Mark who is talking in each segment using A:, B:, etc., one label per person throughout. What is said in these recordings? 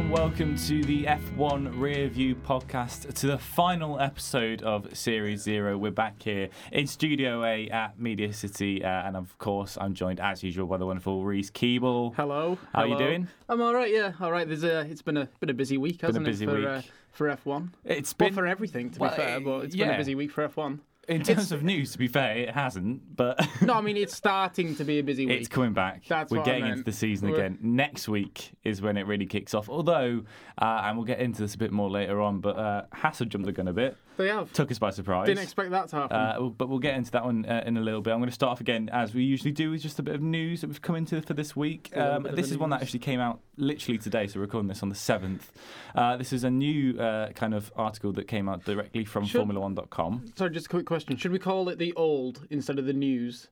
A: to the F1 Rearview podcast, to the final episode of Series Zero. We're back here in Studio A at Media City, uh, and of course, I'm joined as usual by the wonderful Reese Keeble.
B: Hello.
A: How are you
B: Hello.
A: doing?
B: I'm all right. Yeah, all right. There's a. It's been a been a busy week,
A: a
B: hasn't
A: busy
B: it? For,
A: week.
B: Uh, for F1.
A: It's
B: Well,
A: been
B: for everything, to
A: Well,
B: be fair,
A: uh,
B: but it's been
A: yeah.
B: a busy week for F1.
A: in terms of news. To be fair, it hasn't, but
B: No, I mean it's starting to be a busy week.
A: it's coming back.
B: That's
A: We're
B: what I
A: getting into
B: meant.
A: the season
B: We're-
A: again. Next week is when it really kicks off. Although, uh, and we'll get into this a bit more later on, but uh, Hassel jumped the gun a bit,
B: they have.
A: took us by surprise.
B: Didn't expect that to happen.
A: Uh, w- but we'll get into that one uh, in a little bit. I'm going to start off again, as we usually do, with just a bit of news that we've come into for this week.
B: A little
A: Um,
B: bit of
A: this
B: the
A: is one that
B: news.
A: actually came out literally today, so we're recording this on the 7th. Uh, this is a new uh, kind of article that came out directly from
B: Should-
A: Formula1.com.
B: Sorry, just a quick question. Should we call it the old instead of the news?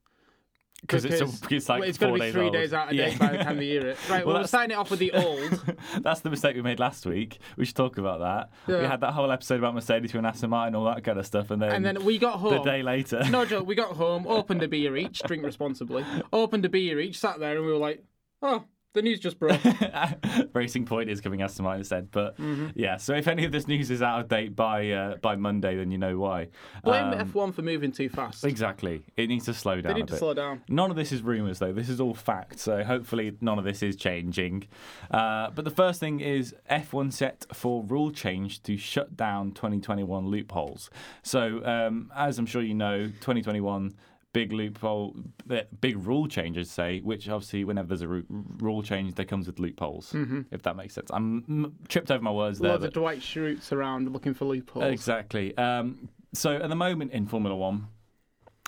A: Because it's,
B: Because-
A: a- it's like
B: well, it's
A: four
B: going to be
A: days
B: three
A: old.
B: days out of
A: Yeah.
B: date by the time they hear it. Right,
A: Well,
B: well, we're
A: that's-
B: starting it off with the old.
A: That's the mistake we made last week. We should talk about that. We
B: Yeah.
A: had that whole episode about Mercedes and Aston Martin, all that kind of stuff, and then,
B: And then we got
A: the
B: home.
A: day later.
B: No joke, we got home, opened a beer each, drink responsibly, opened a beer each, sat there, and we were like, oh, the news just broke.
A: Racing Point is coming Aston Martin instead, but
B: Mm-hmm.
A: yeah. So if any of this news is out of date by uh, by Monday, then you know why.
B: Blame
A: Um,
B: F1 for moving too fast.
A: Exactly, it needs to slow down.
B: They
A: a
B: need to
A: bit.
B: slow down.
A: None of this is rumours, though. This is all fact. So hopefully, none of this is changing. Uh, but the first thing is F1 set for rule change to shut down 2021 loopholes. So, um, as I'm sure you know, 2021. Big loophole, eh, big rule changes say, which obviously, whenever there's a ru- rule change, there comes with loopholes, if that makes sense. I'm m- tripped over my words there.
B: Loads
A: but-
B: of Dwight Schrutes around looking for loopholes.
A: Exactly. Um, so at the moment in Formula One,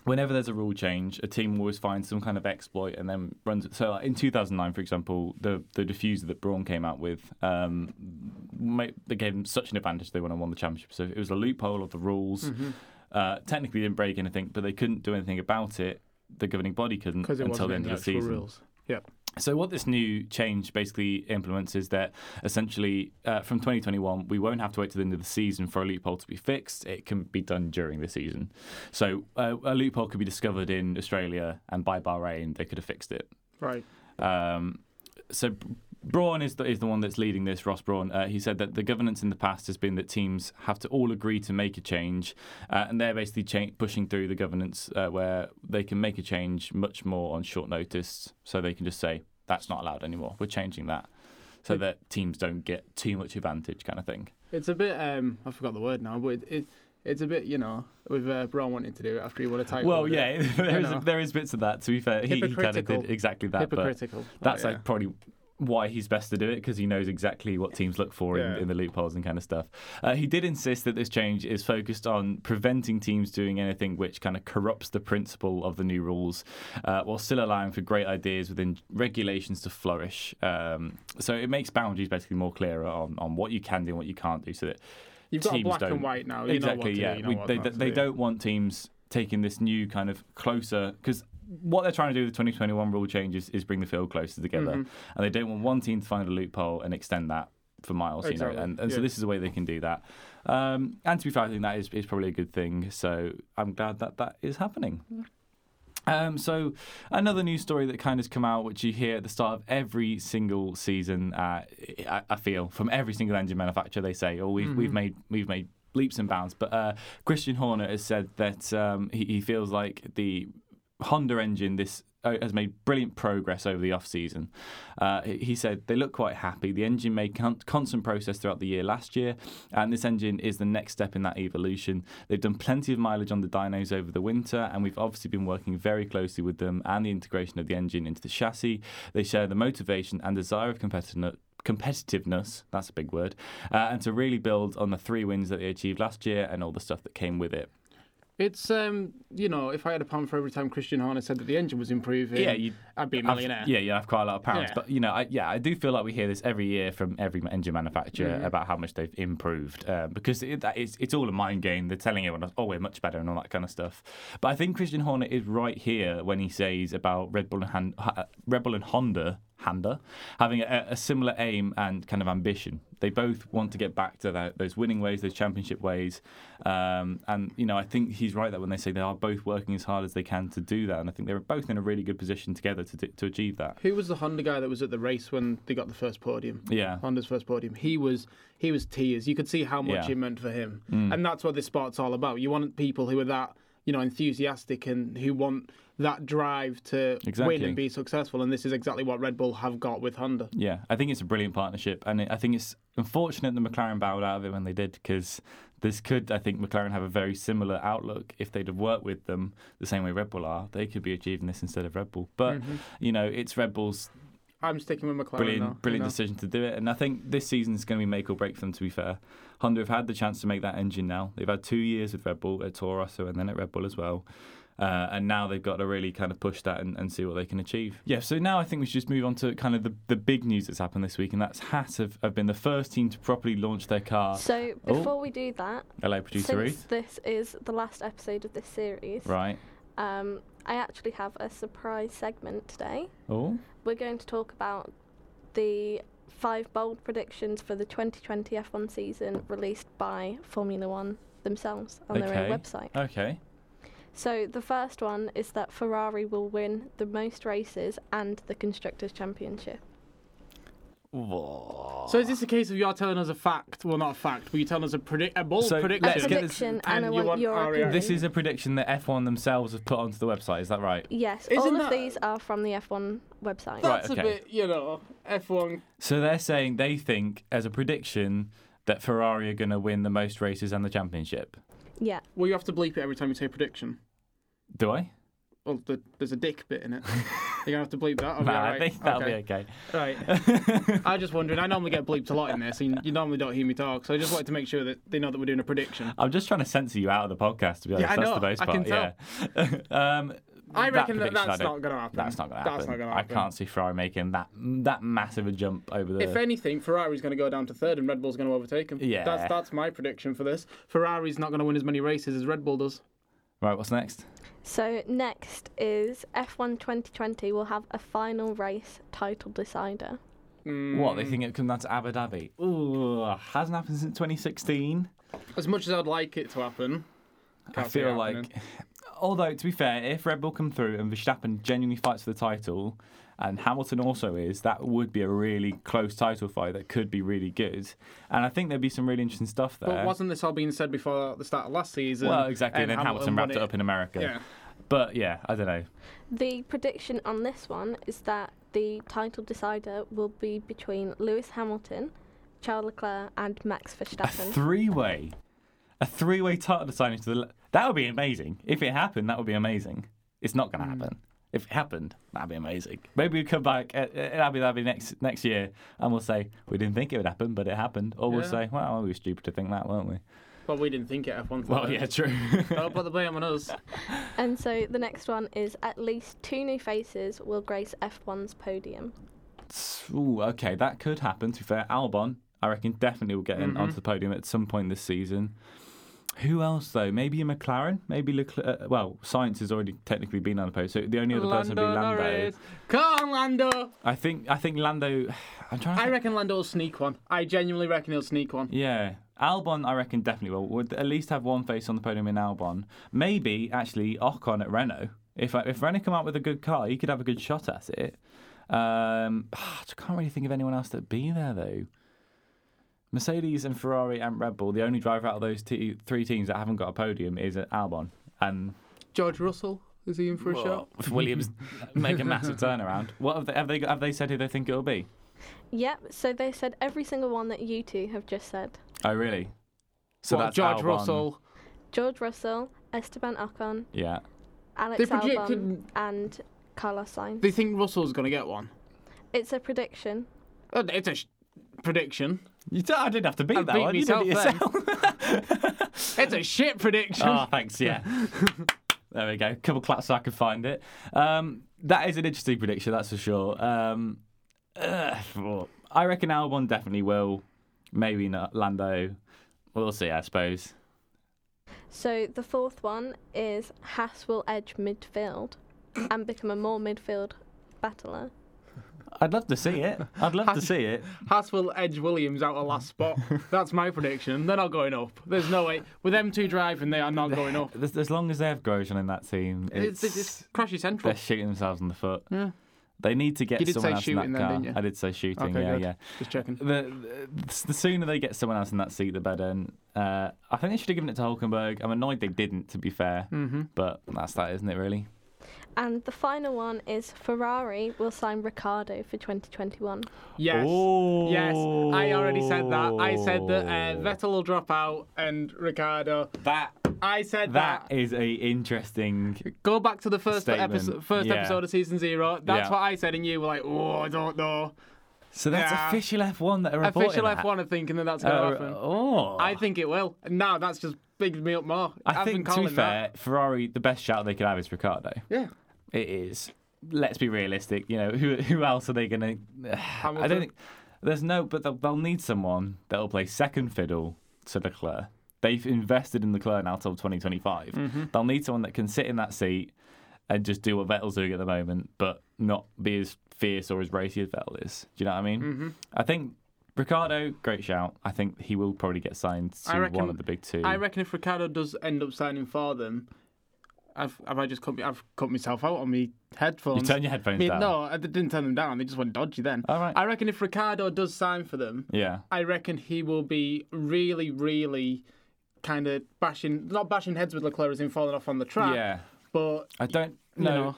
A: whenever there's a rule change, a team will always finds some kind of exploit and then runs it. So like in 2009, for example, the the diffuser that Braun came out with, um, ma- they gave them such an advantage they went and won the championship. So it was a loophole of the rules.
B: Mm-hmm.
A: Uh, technically, they didn't break anything, but they couldn't do anything about it. The governing body couldn't
B: Because it
A: until
B: wasn't
A: the
B: in
A: end
B: the
A: of the
B: actual
A: season.
B: rules. Yep.
A: So what this new change basically implements is that essentially uh, from 2021 we won't have to wait to the end of the season for a loophole to be fixed. It can be done during the season. So uh, a loophole could be discovered in Australia and by Bahrain they could have fixed it.
B: Right.
A: Um, so B- Braun is the, is the one that's leading this. Ross Braun. Uh, he said that the governance in the past has been that teams have to all agree to make a change, uh, and they're basically cha- pushing through the governance uh, where they can make a change much more on short notice. So they can just say that's not allowed anymore. We're changing that, so
B: It-
A: that teams don't get too much advantage, kind of thing.
B: It's a bit, um, I forgot the word now, but it, it, it's a bit, you know, with uh, Brown wanting to do it after he won a title.
A: Well,
B: with it.
A: yeah, there is
B: know.
A: there is bits of that. To be fair, he, he kind of
B: Hypocritical.
A: did exactly that. but-
B: Hypocritical.
A: that's
B: oh, yeah.
A: like probably why he's best to do it because he knows exactly what teams look for
B: Yeah.
A: in, in the loopholes and kind of stuff. Uh, he did insist that this change is focused on preventing teams doing anything which kind of corrupts the principle of the new rules, uh, while still allowing for great ideas within regulations to flourish. Um, so it makes boundaries basically more clearer on, on what you can do and what you can't do, so that
B: You've got a
A: teams
B: black
A: don't-
B: and white now. You know what
A: exactly,
B: to
A: yeah.
B: do, you know
A: We-
B: what
A: they
B: not
A: they,
B: to
A: they
B: do.
A: don't want teams taking this new kind of closer because what they're trying to do with the 2021 rule changes is bring the field closer together,
B: Mm-hmm.
A: and they don't want one team to find a loophole and extend that for miles, you
B: Exactly,
A: know. And, and so
B: yeah.
A: this is a way they can do that. Um, and to be fair, I think that is, is probably a good thing. So I'm glad that that is happening. Um, so another news story that kind of has come out, which you hear at the start of every single season, uh, I, I feel from every single engine manufacturer, they say, "Oh, we've we've made we've made leaps and bounds." But uh, Christian Horner has said that um, he, he feels like the Honda engine this uh, has made brilliant progress over the off season. Uh, he he said they look quite happy. The engine made con- constant process throughout the year last year, and this engine is the next step in that evolution. They've done plenty of mileage on the dynos over the winter, and we've obviously been working very closely with them and the integration of the engine into the chassis. They share the motivation and desire of competitiveness. Competitiveness, that's a big word, uh, and to really build on the three wins that they achieved last year and all the stuff that came with it.
B: It's, um, you know, if I had a pound for every time Christian Horner said that the engine was improving,
A: Yeah, you-
B: I'd be a
A: I've-
B: millionaire.
A: yeah, yeah, I've quite a lot of pounds,
B: Yeah.
A: but you know, I, yeah, I do feel like we hear this every year from every engine manufacturer about how much they've improved uh, because it, that is, it's all a mind game. They're telling everyone, oh, we're much better and all that kind of stuff. But I think Christian Horner is right here when he says about uh, Red Bull and Han- Ha- Red Bull and Honda Handa, having a, a similar aim and kind of ambition. They both want to get back to that, those winning ways, those championship ways. Um, and, you know, I think he's right that when they say they are both working as hard as they can to do that. And I think they're both in a really good position together to, do- to achieve that.
B: Who was the Honda guy that was at the race when they got the first podium?
A: Yeah.
B: Honda's first podium. He was he was tears. You could see how much
A: Yeah. Mm.
B: it meant for him, and that's what this sport's all about. You want people who are that you know enthusiastic and who want that drive to
A: Exactly.
B: win and be successful. And this is exactly what Red Bull have got with Honda.
A: Yeah, I think it's a brilliant partnership, and it, I think it's unfortunate that McLaren bowed out of it when they did because this could, I think, McLaren have a very similar outlook if they'd have worked with them the same way Red Bull are. They could be achieving this instead of Red Bull, but you know, it's Red Bull's
B: I'm sticking with McLaren.
A: brilliant,
B: now, you
A: brilliant
B: know.
A: decision to do it. And I think this season's going to be make or break for them. To be fair, Honda have had the chance to make that engine now. They've had two years with Red Bull at Toro Rosso and then at Red Bull as well. Uh, and now they've got to really kind of push that and, and see what they can achieve. Yeah, so now I think we should just move on to kind of the, the big news that's happened this week, and that's Haas have, have been the first team to properly launch their car.
C: So
A: Oh.
C: before we do that,
A: Hello, producer
C: since
A: Ruth.
C: this is the last episode of this series,
A: Right.
C: um, I actually have a surprise segment today.
A: Oh,
C: We're going to talk about the five bold predictions for the 2020 F1 season released by Formula One themselves on their
A: Okay. Uh,
C: own website.
A: okay.
C: So the first one is that Ferrari will win the most races and the Constructors' Championship.
A: Whoa.
B: So is this a case of you are telling us a fact? Well, not a fact, but you're telling us a predict a bold
A: So
B: prediction.
A: let's
C: a
A: get this-
C: prediction,
B: and
C: and I
B: you
C: want,
B: want
C: your
B: our
C: opinion.
A: This is a prediction that F1 themselves have put onto the website. Is that right?
C: yes,
B: Isn't
C: all of
B: that-
C: these are from the F1 website.
A: Right,
B: That's
A: okay.
B: a bit, you know, F1.
A: So they're saying they think, as a prediction, that Ferrari are going to win the most races and the championship.
C: Yeah.
B: Well, you have to bleep it every time you say prediction.
A: Do I?
B: Well, the, there's a dick bit in it. You're gonna have to bleep that. I'll be
A: Nah,
B: all right.
A: I think that'll
B: okay.
A: be okay.
B: Right. I just wondering. I normally get bleeped a lot in this, and you normally don't hear me talk. So I just like to make sure that they know that we're doing a prediction.
A: I'm just trying to censor you out of the podcast. To be honest,
B: I
A: that's
B: know,
A: the base
B: I
A: part.
B: can
A: Yeah. um,
B: I reckon that,
A: prediction I
B: that's
A: don't-
B: not going to happen.
A: That's not going to happen.
B: That's not going to
A: I
B: happen.
A: can't see Ferrari making that that massive a jump over the.
B: If anything, Ferrari's going to go down to third, and Red Bull's going to overtake them.
A: Yeah.
B: That's that's my prediction for this. Ferrari's not going to win as many races as Red Bull does.
A: right, what's next?
C: So next is F1 2020 will have a final race title decider.
A: What
B: Mm.
A: they think it comes down to Abu Dhabi? Ooh, hasn't happened since 2016.
B: As much as I'd like it to happen,
A: I
B: can't see it
A: feel like,
B: happening.
A: although to be fair, if Red Bull come through and Verstappen genuinely fights for the title, and Hamilton also is, that would be a really close title fight that could be really good. And I think there'd be some really interesting stuff there.
B: But wasn't this all being said before the start of last season?
A: well, exactly. And, then Hamilton,
B: won
A: wrapped it up in America.
B: Yeah.
A: But yeah, I don't know.
C: The prediction on this one is that the title decider will be between Lewis Hamilton, Charles Leclerc, and Max
A: A
C: Verstappen.
A: three-way, a three-way title signing to the. le- That would be amazing. If it happened, that would be amazing. It's not going to happen. If it happened, that'd be amazing. Maybe we come back. uh, uh, It'll be that'll be next next year, and we'll say we didn't think it would happen, but it happened. Or we'll
B: Yeah.
A: say, well, we were stupid to think that, weren't we?
B: Well, we didn't think it F1. thought
A: Well,
B: it.
A: yeah, true.
B: Don't put the blame on us.
C: and so the next one is at least two new faces will grace F1's podium.
A: Ooh, okay, that could happen. To be fair, Albon, I reckon, definitely will get in
B: Mm-hmm.
A: onto the podium at some point this season. Who else though? Maybe a McLaren. Maybe Leclerc. uh, well, Science has already technically been on the podium, so the only other person would be Lando.
B: Norris. Come on, Lando.
A: I think. I think Lando. I'm trying. To
B: I
A: think-
B: reckon Lando will sneak one. I genuinely reckon he'll sneak one.
A: yeah, Albon. I reckon definitely will. Would at least have one face on the podium in Albon. Maybe actually Ocon at Renault. If I, if Renault come out with a good car, he could have a good shot at it. Um, I just can't really think of anyone else that'd be there though. Mercedes and Ferrari and Red Bull. The only driver out of those t- three teams that haven't got a podium is at Albon and
B: George Russell is he in for a shot?
A: Williams. make a massive turnaround. What have they, have they have they said who they think it'll be?
C: Yep, so they said every single one that you two have just said.
A: Oh really? So
B: Well,
A: that's
B: George
A: Albon.
B: Russell.
C: George Russell, Esteban Ocon,
A: Yeah.
C: Alex
B: They projected-
C: Albon, and Carlos Sainz.
B: They think Russell's going to get one.
C: It's a prediction.
B: Uh, It's a sh- prediction.
A: You t- I didn't have to beat
B: I
A: that
B: beat
A: one. you did it
B: myself
A: yourself.
B: It's a shit prediction.
A: oh, thanks. Yeah. there we go. couple claps so I can find it. Um, that is an interesting prediction, that's for sure. Um, uh, I reckon Albon definitely will. Maybe not Lando. We'll see, I suppose.
C: So the fourth one is Haas will edge midfield and become a more midfield battler.
A: I'd love to see it. I'd love to see it.
B: Haas will edge Williams out of last spot. That's my prediction. They're not going up. There's no way. With them two driving, they are not going up.
A: As, as long as they have Grosjean in that team,
B: It's,
A: it's,
B: it's, it's crashy central.
A: they're shooting themselves in the foot.
B: Yeah.
A: They need to get
B: You did
A: someone
B: say
A: else
B: shooting
A: in that
B: then,
A: car.
B: didn't you?
A: I did say shooting.
B: Okay,
A: yeah,
B: good.
A: yeah.
B: Just checking.
A: The, the the sooner they get someone else in that seat, the better. And, uh, I think they should have given it to Hulkenberg. I'm annoyed they didn't, to be fair.
B: Mm-hmm.
A: But that's that, isn't it? Really.
C: And the final one is Ferrari will sign Ricardo for 2021.
B: Yes.
A: Oh.
B: Yes, I already said that. I said that uh, Vettel will drop out and Ricardo.
A: That
B: I said that.
A: that is a interesting
B: Go back to the first
A: Statement.
B: episode, first
A: Yeah.
B: episode of season zero. That's
A: Yeah.
B: what I said, and you were like, "Oh, I don't know."
A: So that's
B: Yeah.
A: official F1 that are reporting
B: Official
A: that.
B: F1 are thinking that that's going to
A: Uh,
B: happen.
A: oh.
B: I think it will. No, that's just bigged me up more.
A: I
B: I've been
A: think to be
B: calling
A: fair, Ferrari the best shout they could have is Ricardo.
B: that. Yeah.
A: It is. Let's be realistic. You know who who else are they going to? I
B: Hamilton.
A: don't think there's no, but they'll, they'll need someone that will play second fiddle to Leclerc. They've invested in Leclerc now till 2025.
B: Mm-hmm.
A: They'll need someone that can sit in that seat and just do what Vettel's doing at the moment, but not be as fierce or as racy as Vettel is. Do you know what I mean? Mm-hmm. I think Ricardo, great shout. I think he will probably get signed
B: I
A: to
B: reckon-
A: one of the big two.
B: I reckon if Ricardo does end up signing for them, I've have I just cut me, I've cut myself out on my
A: you
B: headphones.
A: turn your headphones
B: I mean,
A: down.
B: No, I didn't turn them down. They just went dodgy then.
A: All right.
B: I reckon if Ricardo does sign for them,
A: Yeah.
B: I reckon he will be really, really kind of bashing, not bashing heads with Leclerc as in falling off on the track,
A: Yeah.
B: but
A: I don't
B: you
A: know.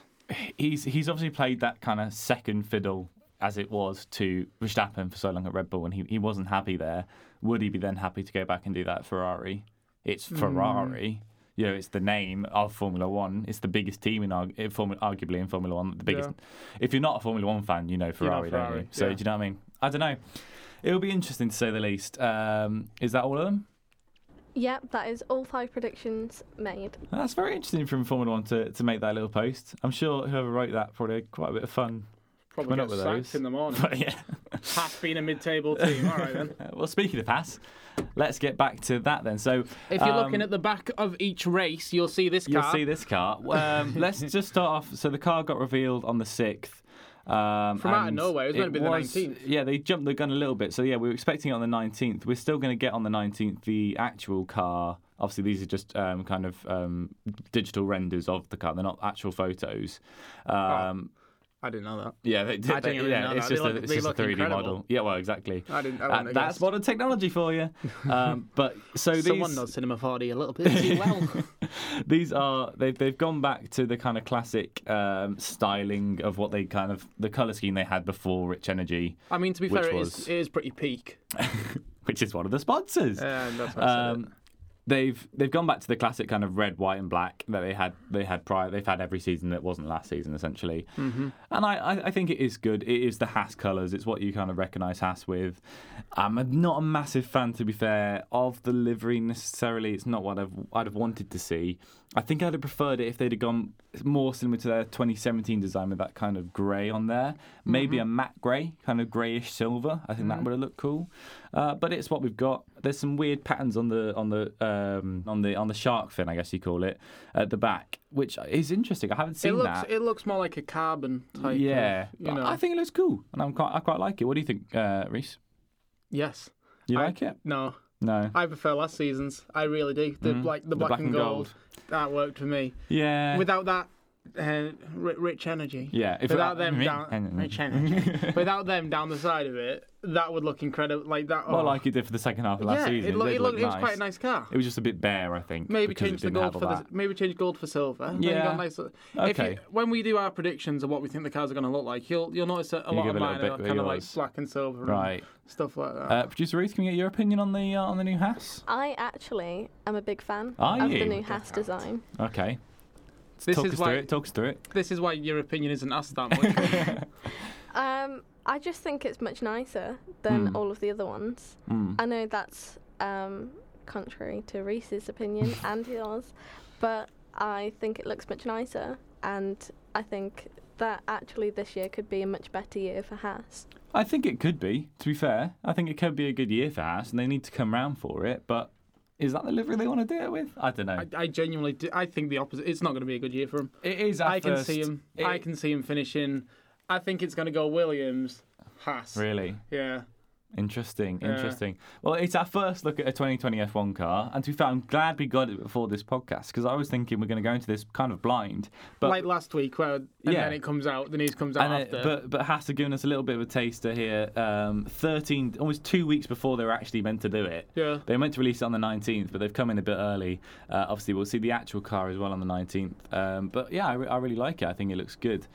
A: He's he's obviously played that kind of second fiddle as it was to Verstappen for so long at Red Bull, and he, he wasn't happy there. Would he be then happy to go back and do that at Ferrari? It's
B: Hmm.
A: Ferrari. You know, it's the name of Formula One. It's the biggest team in, arg- in Formula, arguably in Formula One. The biggest. If you're not a Formula One fan, you know Ferrari, don't
B: Ferrari,
A: you? So
B: yeah.
A: do you know what I mean? I don't know. It'll be interesting to say the least. Um, is that all of them?
C: Yep, that is all five predictions made.
A: That's very interesting from Formula One to, to make that little post. I'm sure whoever wrote that probably had quite a bit of fun
B: probably
A: Coming up
B: get
A: with
B: sacked
A: those.
B: in the morning.
A: But yeah.
B: Half being a mid-table team. All right then.
A: Well, speaking of pass, let's get back to that then. So,
B: If you're
A: um,
B: looking at the back of each race, you'll see this
A: you'll
B: car.
A: see this car. Um, let's just start off. So the car got revealed on the sixth. Um,
B: From out of
A: and
B: nowhere, it was meant to be the 19th.
A: Yeah, they jumped the gun a little bit. So yeah, we were expecting it on the nineteenth. We're still going to get on the nineteenth the actual car. Obviously, these are just um, kind of um, digital renders of the car. They're not actual photos. Um,
B: I didn't know that.
A: Yeah, they did.
B: I didn't
A: they-
B: really
A: yeah,
B: know
A: it's
B: that.
A: just,
B: They
A: a,
B: look-
A: it's
B: they
A: just a
B: look
A: 3D
B: incredible.
A: model. Yeah, well, exactly.
B: I didn't. I
A: Uh,
B: wouldn't have
A: that's
B: guessed.
A: modern technology for you. Um, but so these
B: Someone knows Cinema 4D a little bit too well.
A: these are they've they've gone back to the kind of classic um, styling of what they kind of the color scheme they had before Rich Energy,
B: I mean, to be
A: Which
B: fair, it,
A: was-
B: is, it is pretty peak.
A: which is one of the sponsors.
B: And that's what I said it.
A: Um, they've they've gone back to the classic kind of red, white, and black that they had they had prior. They've had every season that wasn't last season essentially, mm-hmm. and I, I I think it is good. It is the Haas colours. It's what you kind of recognise Haas with. I'm a- not a massive fan, to be fair, of the livery necessarily. It's not what I've I'd have wanted to see. I think I'd have preferred it if they'd have gone more similar to their 2017 design with that kind of grey on there, maybe
B: Mm-hmm.
A: a matte grey, kind of greyish silver. I think that would have looked cool. Uh, but it's what we've got. There's some weird patterns on the on the um, on the on the shark fin, I guess you call it, at the back, which is interesting. I haven't seen
B: It looks
A: that.
B: it looks more like a carbon type. of,
A: yeah,
B: you know.
A: I think it looks cool, and I'm quite I quite like it. What do you think, uh, Reese?
B: yes.
A: You
B: I-
A: like it?
B: No,
A: No.
B: I prefer last season's. I really do. The
A: Mm-hmm.
B: like the, black, and gold, That worked for me.
A: Yeah.
B: Without that. Uh, ri- rich energy.
A: Yeah, if-
B: Without them
A: Rich
B: down,
A: energy.
B: rich energy. Without them down the side of it, that would look incredible. Like that. Oh.
A: well, like it did for the second half of
B: yeah,
A: last season.
B: it, looked.
A: did
B: it, looked,
A: look
B: it was quite a nice car.
A: It was just a bit bare, I think.
B: Maybe
A: because
B: change
A: it
B: the
A: didn't
B: gold
A: have
B: for
A: all
B: the
A: that.
B: maybe change gold for silver. then you
A: Yeah.
B: got nice- If you,
A: Okay.
B: when we do our predictions of what we think the cars are going to look like, you'll you'll notice that a
A: You
B: lot
A: give
B: of
A: a little
B: mine
A: bit
B: are
A: of
B: kind of like
A: yours.
B: black and silver
A: Right.
B: and stuff like that.
A: Uh, Producer Ruth, can we get your opinion on the uh, on the new Haas?
C: I actually am a big fan
A: Are
C: of
A: you?
C: the new Haas design.
A: Okay.
B: This
A: Talk
B: is
A: us
B: why-
A: through it. Talk us through it.
B: this is why your opinion isn't asked that much.
C: Um, I just think it's much nicer than
A: Hmm.
C: all of the other ones.
A: Mm.
C: I know that's um, contrary to Reese's opinion and yours, but I think it looks much nicer, and I think that actually this year could be a much better year for Haas.
A: I think it could be. To be fair, I think it could be a good year for Haas, and they need to come round for it. But is that the livery they want to do it with? I don't know.
B: I, I genuinely do, I think the opposite. It's not going to be a good year for him.
A: it is. At
B: I can
A: first-
B: see him.
A: it-
B: I can see him finishing I think it's going to go Williams, Haas.
A: Really?
B: Yeah.
A: Interesting,
B: Yeah.
A: interesting. Well, it's our first look at a 2020 F1 car, and to be fair, I'm glad we got it before this podcast because I was thinking we're going to go into this kind of blind, but
B: like last week, where and
A: Yeah.
B: then it comes out, the news comes out
A: and it-
B: after.
A: but but Haas have given us a little bit of a taster here. Um, 13, almost two weeks before they were actually meant to do it.
B: yeah.
A: They were meant to release it on the 19th, but they've come in a bit early. Uh, obviously, we'll see the actual car as well on the 19th. Um, but yeah, I, re- I really like it. I think it looks good.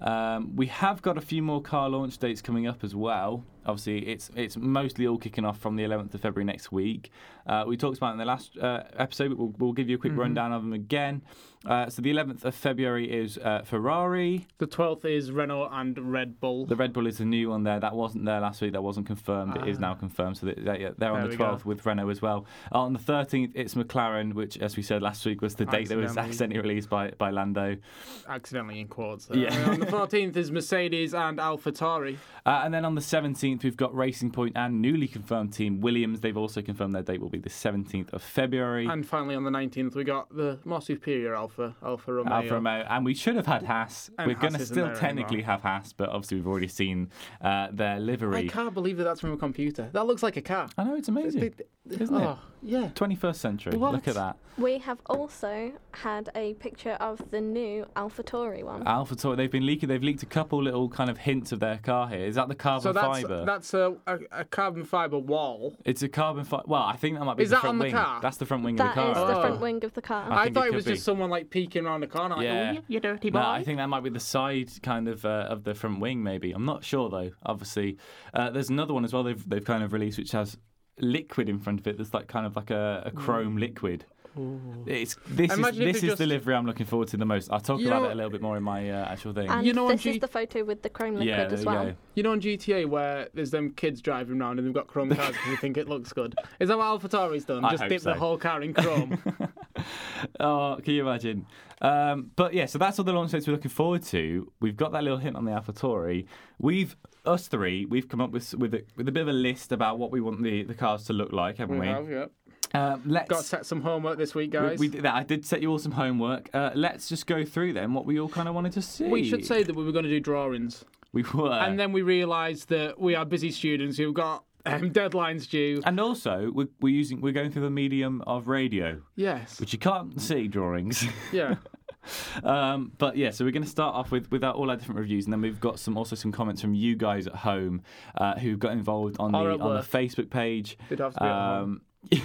A: Um, we have got a few more car launch dates coming up as well. Obviously, it's it's mostly all kicking off from the 11th of February next week. Uh, we talked about it in the last uh, episode, but we'll, we'll give you a quick
B: Mm-hmm.
A: rundown of them again. Uh, so the 11th of February is uh, Ferrari.
B: The 12th is Renault and Red Bull.
A: The Red Bull is the new one there. That wasn't there last week. That wasn't confirmed. It is
B: Ah.
A: now confirmed. So that- that- yeah, they're on
B: There
A: the
B: we go.
A: 12th with Renault as well. Uh, On the 13th, it's McLaren, which, as we said last week, was the date that was
B: Accidentally.
A: accidentally released by, by Lando.
B: Accidentally in quads. there.
A: Yeah.
B: on the 14th is Mercedes and AlphaTauri.
A: Uh, and then on the 17th, we've got Racing Point and newly confirmed team Williams. They've also confirmed their date will be the 17th of February.
B: And finally on the 19th, we got the more superior Alpha, Alpha Romeo.
A: Alfa Romeo, and we should have had Haas.
B: And
A: We're
B: Haas
A: going to
B: isn't
A: still
B: there
A: technically
B: anymore.
A: have Haas, but obviously we've already seen uh, their
B: I
A: livery.
B: can't believe that that's from a computer. That looks like a car.
A: I know, it's amazing. Isn't it?
B: oh, Yeah.
A: 21st century.
B: What?
A: Look at that.
C: We have also had a picture of the new AlphaTauri one.
A: Alpha Toy, they've been leaking. They've leaked a couple little kind of hints of their car here. Is that the carbon
B: So that's
A: fiber?
B: that's a, a, a carbon fiber wall.
A: It's a carbon fiber. Well, I think that might be
B: Is
A: the
B: that
A: front
B: on the
A: wing.
B: car?
A: That's the front wing of
C: That
A: the car.
C: is
A: I
C: the
B: Oh.
A: think.
C: front wing of the car.
A: I
B: I,
A: think
B: thought
A: it
B: it, was
A: could
B: just
A: be.
B: someone like peeking around the corner. Like,
A: Yeah.
B: oh, you, you dirty boy.
A: No, I think that might be the side kind of uh, of the front wing. Maybe I'm not sure though. Obviously, uh, there's another one as well. They've they've kind of released which has liquid in front of it. That's like kind of like a, a chrome liquid. It's this
B: Imagine
A: is
B: if
A: this
B: it
A: is the
B: just-
A: livery I'm looking forward to the most. I'll talk
B: You
A: about
B: know-
A: it a little bit more in my uh, actual thing.
C: And
B: You know on
C: this
B: G-
C: is the photo with the chrome liquid
A: yeah, there
C: as
A: you
C: well.
A: go.
B: You know, on GTA where there's them kids driving around and they've got chrome cars because they think it looks good. Is that what AlphaTauri's done?
A: I
B: just
A: hope
B: dip
A: so.
B: the whole car in chrome.
A: Oh, can you imagine? Um, but yeah, so that's all the launch dates we're looking forward to. We've got that little hint on the AlphaTauri. We've us three, we've come up with with a, with a bit of a list about what we want the, the cars to look like, haven't we?
B: yeah.
A: Um, let's
B: Got to set some homework this week,
A: we,
B: guys.
A: we did that. I did set you all some homework. Uh, let's just go through then what we all kind of wanted to see.
B: We should say that we were going to do drawings,
A: we were,
B: and then we realised that we are busy students who've got um, deadlines due.
A: and also we're, we're using we're going through the medium of radio,
B: Yes.
A: which you can't see drawings.
B: Yeah.
A: Um, but yeah, so we're going to start off with with our, all our different reviews, and then we've got some also some comments from you guys at home uh, who got involved on the
B: Or at
A: on the
B: work.
A: Facebook page. Um,
B: They'd have to be at home.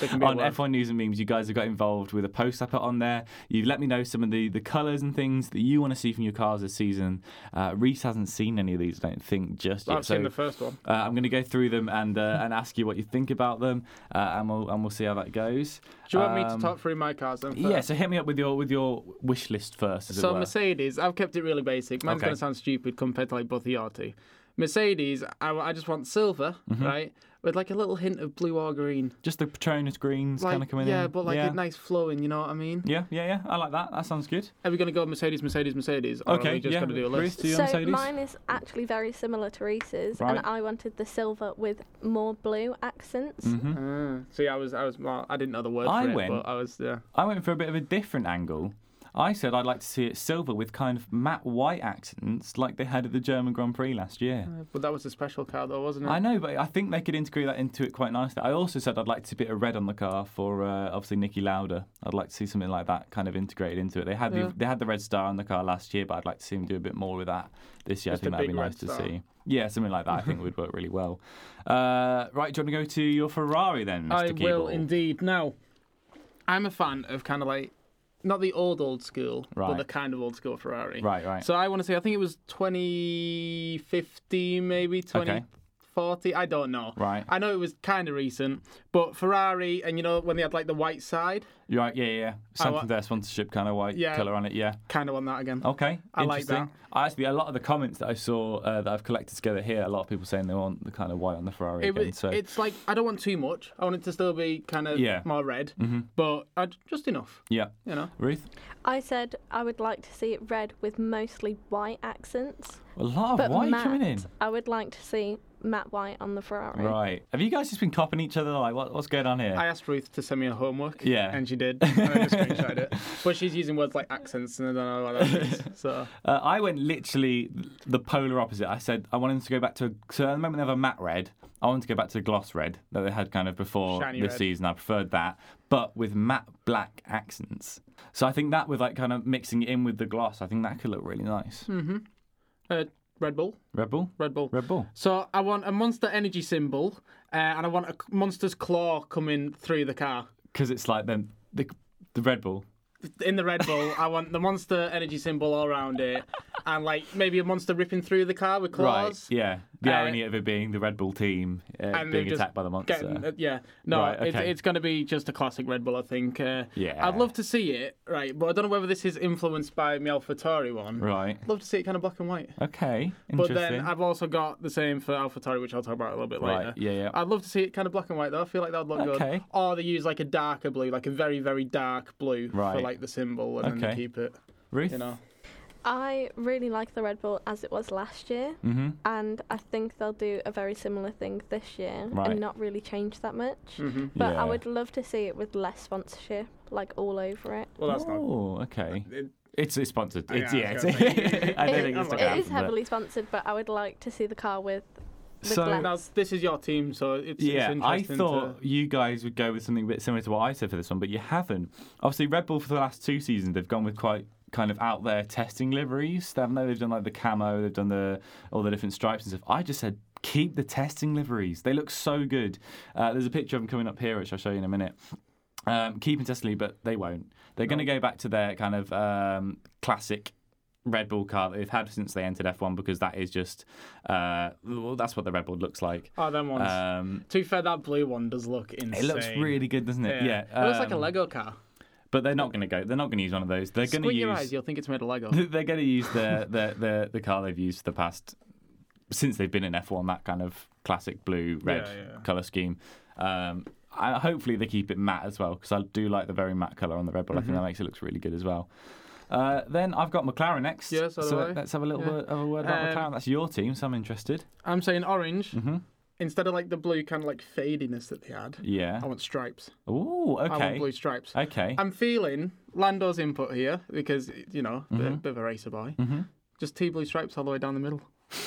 B: They can be at
A: on
B: work.
A: F1 News and Memes, you guys have got involved with a post I put on there. You let me know some of the, the colours and things that you want to see from your cars this season. Uh, Reese hasn't seen any of these, I don't think, just yet.
B: I've seen
A: so
B: the first one.
A: uh, I'm going to go through them and uh, and ask you what you think about them, uh, and we'll and we'll see how that goes.
B: Do you want me
A: Um,
B: to talk through my cars then? First?
A: Yeah, so hit me up with your with your wish list first. As it
B: So
A: were.
B: Mercedes, I've kept it really basic. Mine's
A: Okay.
B: going to sound stupid compared to like both of your two. Mercedes, I, I just want silver,
A: Mm-hmm.
B: right, with like a little hint of blue or green.
A: Just the Patronus greens
B: Like,
A: kind of coming in.
B: yeah, but like
A: yeah.
B: a nice flowing. You know what I mean?
A: yeah, yeah, yeah. I like that. That sounds good.
B: Are we going to go Mercedes, Mercedes, Mercedes? Or
A: Okay,
B: Are we just
A: yeah,
B: going to do a
A: Bruce,
B: list?
A: do you
C: so
A: want Mercedes?
C: mine is actually very similar to Reese's,
A: Right.
C: and I wanted the silver with more blue accents.
A: Mm-hmm.
B: Ah, see, I was, I was, well, I didn't know the word
A: I
B: for it,
A: went-
B: but I was, yeah.
A: I went for a bit of a different angle. I said I'd like to see it silver with kind of matte white accents like they had at the German Grand Prix last year.
B: But that was a special car, though, wasn't it?
A: I know, but I think they could integrate that into it quite nicely. I also said I'd like to see a bit of red on the car for uh, obviously Nicky Lauda. I'd like to see something like that kind of integrated into it. They had
B: Yeah.
A: the, they had the red star on the car last year, but I'd like to see them do a bit more with that this year.
B: Just
A: I think
B: a
A: that'd be
B: big
A: nice
B: red
A: to
B: star.
A: see. Yeah, something like that. I think would work really well. Uh, right, do you want to go to your Ferrari then, Mr.
B: I will
A: Keeble?
B: indeed. Now, I'm a fan of kind of like, not the old, old school,
A: Right.
B: but the kind of old school Ferrari.
A: Right, right.
B: So I want to say, I think it was 2015, maybe 2040. I don't know.
A: Right.
B: I know it was kind of recent, but Ferrari, and you know when they had like the white side,
A: You're right, yeah, yeah, yeah.
B: I wa-
A: Something there, sponsorship kind of white
B: Yeah.
A: colour on it, yeah.
B: kind of want that again.
A: Okay,
B: I like
A: interesting.
B: that.
A: I actually, a lot of the comments that I saw uh, that I've collected together here, a lot of people saying they want the kind of white on the Ferrari
B: It,
A: again.
B: was-
A: so
B: It's like I don't want too much. I want it to still be kind of
A: Yeah. Mm-hmm.
B: more red, but I, just enough.
A: yeah,
B: You know,
A: Ruth,
C: I said I would like to see it red with mostly white accents,
A: a lot of
C: but
A: white
C: matte,
A: coming in.
C: I would like to see Matt White on the Ferrari.
A: Right. Have you guys just been copping each other? Like, what, what's going on here?
B: I asked Ruth to send me her homework.
A: Yeah.
B: And she did. And I just screenshotted it. But she's using words like accents and I don't know what that means. So
A: Uh, I went literally the polar opposite. I said I wanted to go back to so at the moment they have a matte red. I wanted to go back to gloss red that they had kind of before
B: Shiny
A: this
B: red.
A: season. I preferred that, but with matte black accents. So I think that with like kind of mixing it in with the gloss, I think that could look really nice.
B: uh, Red Bull.
A: Red Bull,
B: Red Bull.
A: Red Bull.
B: So I want a monster energy symbol, uh, and I want a c- monster's claw coming through the car.
A: because it's like them the the Red Bull.
B: In the Red Bull, I want the monster energy symbol all around it, and like maybe a monster ripping through the car with claws.
A: Yeah. The
B: Uh,
A: irony of it being the Red Bull team uh,
B: And they're
A: being
B: just
A: attacked by the monster.
B: Getting, uh, yeah, no,
A: Right,
B: it's,
A: okay.
B: it's going to be just a classic Red Bull, I think. Uh,
A: Yeah.
B: I'd love to see it, right? But I don't know whether this is influenced by my AlphaTauri one.
A: right.
B: I'd love to see it kind of black and white.
A: Okay.
B: But
A: Interesting.
B: then I've also got the same for AlphaTauri, which I'll talk about a little bit
A: Right,
B: later.
A: yeah, yeah.
B: I'd love to see it kind of black and white though. I feel like that would look good.
A: Okay.
B: Or they use like a darker blue, like a very very dark blue for
A: Right.
B: like the symbol, and then they
A: Okay.
B: keep it.
A: Ruth.
B: You know,
C: I really like the Red Bull as it was last year,
A: Mm-hmm.
C: and I think they'll do a very similar thing this year
A: Right.
C: and not really change that much.
B: Mhm.
C: But
A: Yeah.
C: I would love to see it with less sponsorship, like all over it.
B: well that's not.
A: Oh, okay.
B: It-
A: It's, it's sponsored. It's,
B: Yeah, I
A: yeah.
B: was
A: it's-
B: gonna
A: I
B: say, it-
A: don't think
B: it
A: it's gonna
B: is
C: it is
A: happen, but-
C: heavily sponsored, but I would like to see the car with. with
A: So-
C: less.
B: Now this is your team, so it's
A: Yeah,
B: It's
A: I
B: interesting
A: thought
B: To...
A: you guys would go with something a bit similar to what I said for this one, but you haven't. Obviously, Red Bull for the last two seasons, they've gone with quite kind of out there testing liveries. Haven't they? They've done like the camo, they've done the all the different stripes and stuff. I just said keep the testing liveries. They look so good. Uh, there's a picture of them coming up here, which I'll show you in a minute. Um, keep intensely, but they won't. They're going to go back to their kind of um, classic Red Bull car that they've had since they entered F1 because that is just uh, well, that's what the Red Bull looks like.
B: Oh, them ones.
A: Um,
B: to be fair, that blue one does look
A: it
B: insane.
A: looks really good, doesn't it? Yeah.
B: it looks like a
A: um,
B: Lego car.
A: But they're not going to go. They're not going to use one of those. They're going to
B: Squint
A: use.
B: your eyes, you'll think it's made of Lego.
A: They're going to use the, the the the car they've used for the past since they've been in F1. That kind of classic blue red
B: Yeah, yeah.
A: color scheme. Um, I, hopefully they keep it matte as well because I do like the very matte color on the Red Bull. I think
B: Mm-hmm.
A: that makes it looks really good as well. Uh, then I've got McLaren next.
B: Yeah, so do I.
A: let- let's have a little
B: Yeah.
A: word, have a word about
B: Um,
A: McLaren. That's your team, so I'm interested.
B: I'm saying orange
A: hmm
B: instead of like the blue kind of like fadiness that they had.
A: Yeah.
B: I want stripes.
A: Oh,
B: I want
A: okay.
B: blue stripes.
A: Okay.
B: I'm feeling Lando's input here because you know a bit, bit of a racer boy.
A: Mhm.
B: Just two blue stripes all the way down the middle.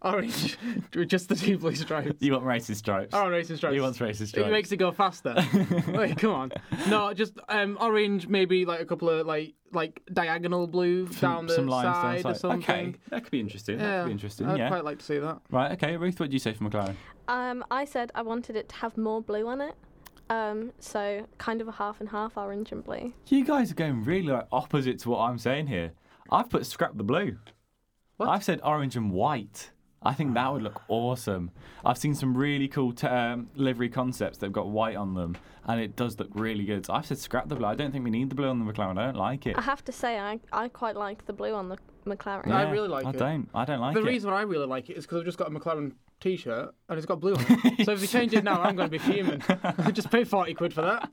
B: Orange, with just the two blue stripes.
A: You want racist stripes?
B: Oh, racing stripes.
A: He wants racist stripes.
B: It makes it go faster. Wait, come on. No, just um, orange, maybe like a couple of like like diagonal blue down the side or something.
A: Okay, that could be interesting. That could be interesting.
B: I'd
A: yeah.
B: quite like to see that.
A: Right. Okay, Ruth, what do you say for McLaren?
C: Um, I said I wanted it to have more blue on it. Um, so kind of a half and half orange and blue.
A: You guys are going really like opposite to what I'm saying here. I've put scrap the blue.
B: What?
A: I've said orange and white. I think that would look awesome. I've seen some really cool t- um, livery concepts that've got white on them, and it does look really good. So I've said scrap the blue. I don't think we need the blue on the McLaren. I don't like it.
C: I have to say I, I quite like the blue on the McLaren.
B: I really like
A: I
B: it.
A: don't. I don't like
B: The
A: it.
B: reason I really like it is because I've just got a McLaren T-shirt and it's got blue on it. so if they change it now, I'm going to be fuming. just pay forty quid for that.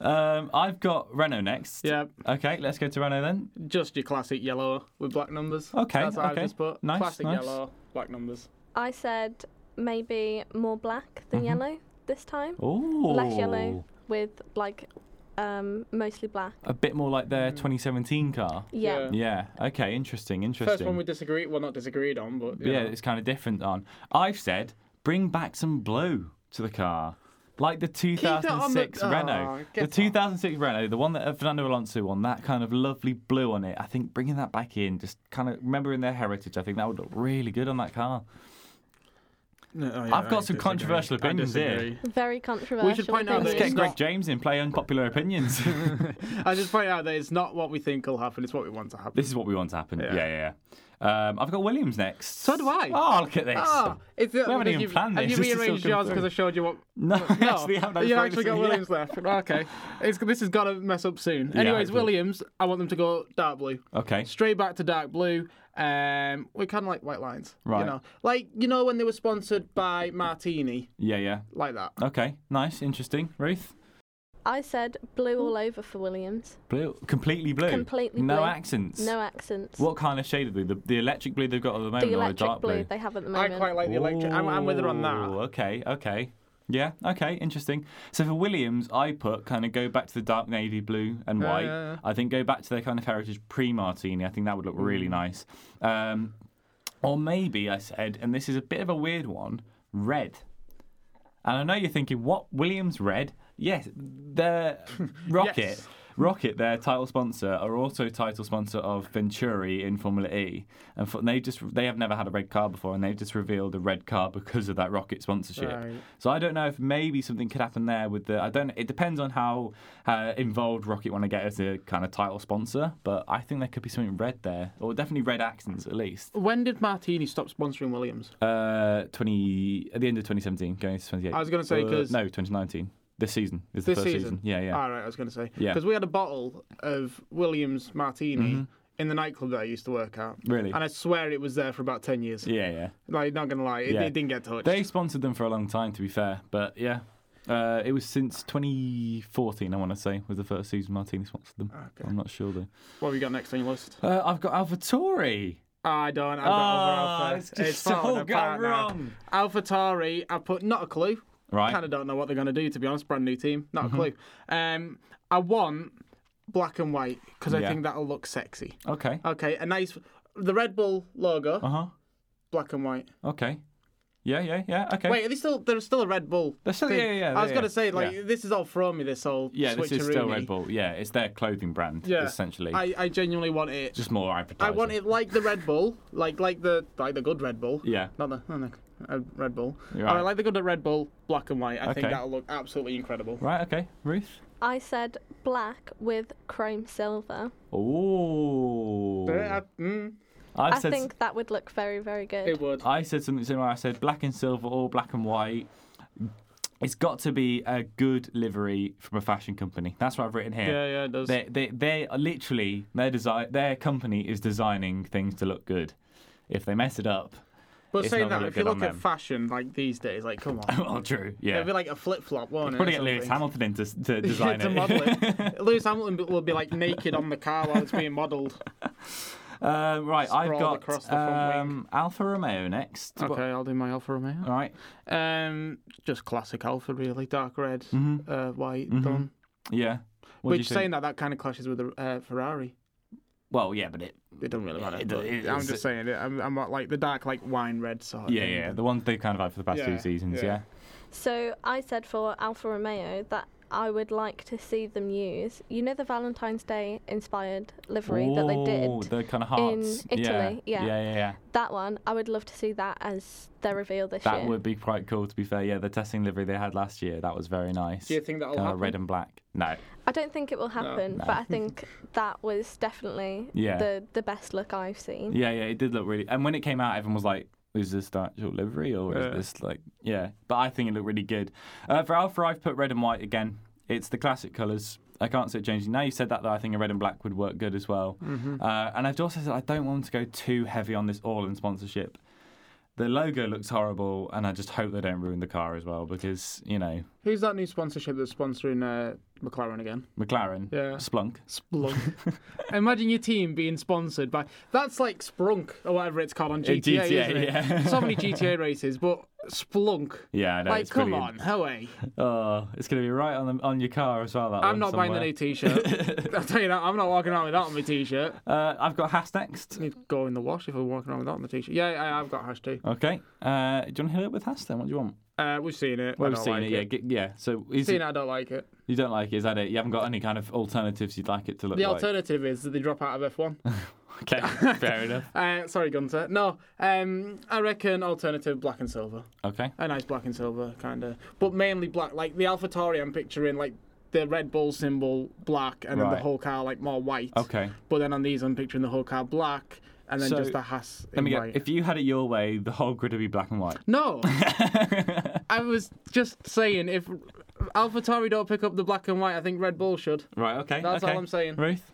A: Um, I've got Renault next.
B: Yeah,
A: Okay, let's go to Renault then.
B: just your classic yellow with black numbers.
A: Okay,
B: That's what I've
A: okay.
B: just put.
A: Nice,
B: classic
A: nice.
B: yellow, black numbers.
C: I said maybe more black
A: Mm-hmm.
C: than yellow this time.
A: Oh,
C: Less yellow with like um, mostly black.
A: A bit more like
B: Mm.
A: their 2017 car.
C: Yeah.
B: Yeah.
A: Yeah. Okay. Interesting. Interesting.
B: First one we disagreed, well not disagreed on, but
A: yeah,
B: yeah,
A: it's kind of different. On I've said, bring back some blue to the car, like the
B: on the-
A: 2006
B: Aw,
A: Renault,
B: get
A: the
B: on.
A: 2006 Renault, the one that uh, Fernando Alonso won, that kind of lovely blue on it. I think bringing that back in, just kind of remembering their heritage. I think that would look really good on that car.
B: No, oh, yeah,
A: I've got
B: I
A: some
B: disagree.
A: controversial
B: I
A: opinions here.
B: disagree.
C: Very controversial.
B: point out that
A: Let's
C: opinion.
A: get
B: it's
A: Greg
B: not-
A: James in, play unpopular opinions.
B: I just point out that it's not what we think will happen; it's what we want to happen.
A: this is what we want to happen.
B: Yeah.
A: Yeah, yeah. yeah. Um, I've got Williams next.
B: So do I.
A: Oh, look at this.
B: Ah, it's we
A: haven't even planned
B: Have
A: this,
B: you
A: this has all
B: rearranged
A: come
B: yours
A: through.
B: because I showed you what?
A: No, I
B: no,
A: actually haven't. I was
B: you
A: waiting
B: actually
A: to
B: got
A: see-
B: Williams left. Okay, it's, this has got to mess up soon.
A: Yeah,
B: Anyways,
A: hopefully.
B: Williams, I want them to go dark blue.
A: Okay.
B: straight back to dark blue. Um, we kind of like white lines, You
A: Right.
B: know, like you know when they were sponsored by Martini,
A: Yeah, yeah.
B: like that.
A: Okay. Nice. Interesting. Ruth.
C: I said blue all over for Williams.
A: Blue, completely blue.
C: Completely
A: no
C: blue.
A: accents.
C: No accents.
A: What kind of shade of blue? The, the electric blue they've got at the moment,
C: the
A: or a
C: electric
A: dark
C: blue
A: blue?
C: they have at the
B: I
C: moment.
B: quite like the electric. I'm, I'm with her on
A: Ooh,
B: that.
A: Okay, okay. Yeah, okay, interesting. So for Williams, I put kind of go back to the dark navy blue and
B: Yeah,
A: white.
B: yeah, yeah.
A: I think go back to their kind of heritage pre martini. I think that would look
B: Mm.
A: really nice. Um, or maybe I said, and this is a bit of a weird one red. And I know you're thinking, what? Williams Red? Yes, their Rocket.
B: Yes.
A: Rocket, their title sponsor, are also title sponsor of Venturi in Formula E, and for, they just they have never had a red car before, and they've just revealed a red car because of that Rocket sponsorship.
B: Right.
A: So I don't know if maybe something could happen there with the I don't. It depends on how uh, involved Rocket want to get as a kind of title sponsor, but I think there could be something red there, or definitely red accents at least.
B: When did Martini stop sponsoring Williams?
A: Uh, twenty at the end of 2017, going into 28.
B: I was gonna say,
A: Uh,
B: 'cause-
A: no, 2019. This season is the
B: This
A: first season.
B: season?
A: Yeah, yeah.
B: All right, I was going to say.
A: Yeah.
B: Because we had a bottle of Williams Martini in the nightclub that I used to work at.
A: Mm-hmm. Really?
B: And I swear it was there for about 10 years.
A: Yeah, yeah.
B: Like, not going to lie, it,
A: Yeah.
B: it didn't get touched.
A: They sponsored them for a long time, to be fair, but yeah. Uh, it was since 2014, I want to say, was the first season Martini sponsored them.
B: Okay.
A: I'm not sure though.
B: What have you got next on your list?
A: Uh, I've got Alvatore.
B: I don't. I've got
A: Ah,
B: Alpha.
A: it's just so gone wrong.
B: Alpha Tari, I put not a clue.
A: Right. Mm-hmm.
B: Kind of don't know what they're going to do, to be honest. Brand new team. Not a clue. Um, I want black and white because I
A: Yeah.
B: think that'll look sexy.
A: Okay.
B: Okay, a nice. The Red Bull logo,
A: Uh huh.
B: black and white.
A: Okay. Yeah, yeah, yeah. Okay.
B: Wait, are they still? There's still a Red Bull.
A: They're still-
B: thing.
A: yeah, yeah, yeah,
B: I was
A: yeah.
B: gonna say like
A: Yeah.
B: this is all from me. This whole
A: Yeah, this is still
B: switcheroony.
A: Red Bull. Yeah, it's their clothing brand,
B: Yeah,
A: essentially.
B: I, I genuinely want it.
A: Just more
B: I
A: advertising.
B: want it like the Red Bull, like like the like the good Red Bull.
A: Yeah.
B: Not the, not the uh, Red Bull.
A: You're
B: I
A: right.
B: like the good at Red Bull, black and white. I think
A: Okay.
B: that'll look absolutely incredible.
A: Right, okay. Ruth?
C: I said black with chrome silver.
A: Oh.
B: Uh, I- mm,
A: I,
C: I
A: said
C: think that would look very, very good.
B: it would.
A: I said something similar. I said black and silver or black and white. It's got to be a good livery from a fashion company. That's what I've written here.
B: Yeah, yeah, it does.
A: They, they, they are literally their design. Their company is designing things to look good. If they mess it up,
B: but
A: it's not
B: saying that,
A: gonna
B: if
A: look
B: you
A: good
B: look
A: on
B: at
A: them.
B: fashion like these days, like come on,
A: well, true. Yeah,
B: it'd be like a flip flop, won't it?
A: probably
B: or
A: get Lewis
B: something?
A: Hamilton in to, to design
B: to
A: it.
B: model it. Lewis Hamilton b- will be like naked on the car while it's being modelled.
A: Um, right, I've
B: Sprawled
A: got
B: across the front wing.
A: um, Alfa Romeo next.
B: Okay, I'll do my Alfa Romeo.
A: All right.
B: Um, just classic Alfa, really. Dark red, uh, white, done.
A: Yeah. What do Mm-hmm. you
B: Which
A: think?
B: saying that that kind of clashes with the uh, Ferrari.
A: Well, yeah, but it.
B: It doesn't really matter.
A: It-
B: but
A: it-
B: I'm
A: it's-
B: just saying it. I'm, I'm not like the dark, like wine red sort.
A: Yeah,
B: of thing.
A: yeah. The ones they kind of had for the past
B: Yeah,
A: two seasons.
B: yeah.
A: Yeah.
C: So I said for Alfa Romeo that I would like to see them use, you know, the Valentine's Day inspired livery that they
A: Ooh,
C: did.
A: the kind of hearts
C: in Italy,
A: Yeah,
C: yeah.
A: yeah, yeah. yeah.
C: That one, I would love to see that as their reveal this
A: That
C: year.
A: would be quite cool. To be fair, yeah, the testing livery they had last year that was very nice.
B: Do you think that'll
A: Kinda
B: happen?
A: red and black? No.
C: I don't think it will happen,
A: No.
C: but I think that was definitely
A: Yeah.
C: the, the best look I've seen.
A: Yeah, yeah, it did look really. And when it came out, everyone was like. Is this the actual livery or
B: Yeah.
A: is this like yeah? But I think it looked really good. Uh, for Alpha, I've put red and white again. It's the classic colours. I can't see it changing. Now you said that though, I think a red and black would work good as well.
B: Mm-hmm.
A: Uh, and I've also said I don't want them to go too heavy on this all in sponsorship. The logo looks horrible, and I just hope they don't ruin the car as well because you know
B: Who's that new sponsorship that's sponsoring uh, McLaren again?
A: McLaren,
B: Yeah.
A: Splunk.
B: Splunk. Imagine your team being sponsored by that's like Sprunk or whatever it's
A: Uh,
B: called on GTA.
A: GTA,
B: isn't it?
A: yeah.
B: so many GTA races, but Splunk.
A: Yeah, I know.
B: like,
A: it's
B: come
A: brilliant.
B: on, away!
A: Oh, it's gonna be right on the, on your car as well. That
B: I'm not buying the new T-shirt. I'll tell you that. I'm not walking around with that on my T-shirt.
A: the new. Uh, I've got Hass next.
B: need to go in the wash if I'm walking around with that on the T-shirt. Yeah, I, I've got hash too.
A: Okay. Uh, do you want to hit it with Hass then? What do you want?
B: Uh, we've seen it. I
A: Well,
B: don't
A: we've seen
B: like
A: it. Yeah, g- yeah. So is
B: Seen
A: it,
B: it, I don't like it.
A: you don't like it? Is that it? You haven't got any kind of alternatives you'd like it to look
B: The
A: like?
B: alternative is that they drop out of F1.
A: okay. Fair enough.
B: Uh, sorry, Gunter. No, um, I reckon alternative black and silver.
A: Okay.
B: A nice black and silver kind of, but mainly black. Like the AlphaTauri, I'm picturing like the Red Bull symbol black, and then
A: Right.
B: the whole car like more white.
A: Okay.
B: But then on these, I'm picturing the whole car black, and then
A: So,
B: just the Haas
A: Let
B: in
A: me go.
B: white.
A: If you had it your way, the whole grid would be black and white.
B: No, I was just saying if AlphaTauri don't pick up the black and white, I think Red Bull should.
A: Right. Okay.
B: That's all
A: okay.
B: I'm saying.
A: Ruth.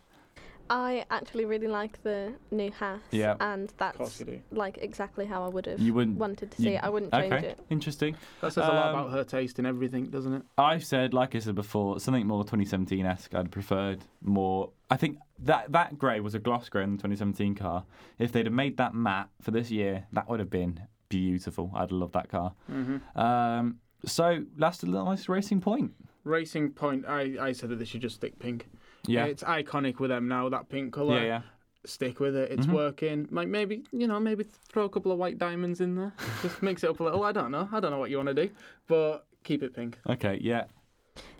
C: I actually really like the new house.
A: Yeah.
C: And
B: Of course
C: that's
B: you do.
C: like exactly how I would have
A: You wouldn't-
C: wanted to
A: you-
C: see it. I wouldn't change
A: Okay,
C: it.
A: interesting.
B: That says a lot
A: Um,
B: about her taste in everything, doesn't it?
A: I've said, like I said before, something more 2017 esque. I'd preferred more. I think that that grey was a gloss grey in the 2017 car. If they'd have made that matte for this year, that would have been beautiful. I'd love that car.
B: Mm-hmm.
A: Um, so last a little nice racing point.
B: Racing Point. I, I said that they should just stick pink.
A: Yeah,
B: It's uh, iconic with them now. That pink color.
A: yeah, yeah.
B: Stick with it. It's
A: Mhm.
B: working. Like maybe you know maybe throw a couple of white diamonds in there. just mix it up a little. I don't know. I don't know what you want to do, but keep it pink.
A: Okay, yeah.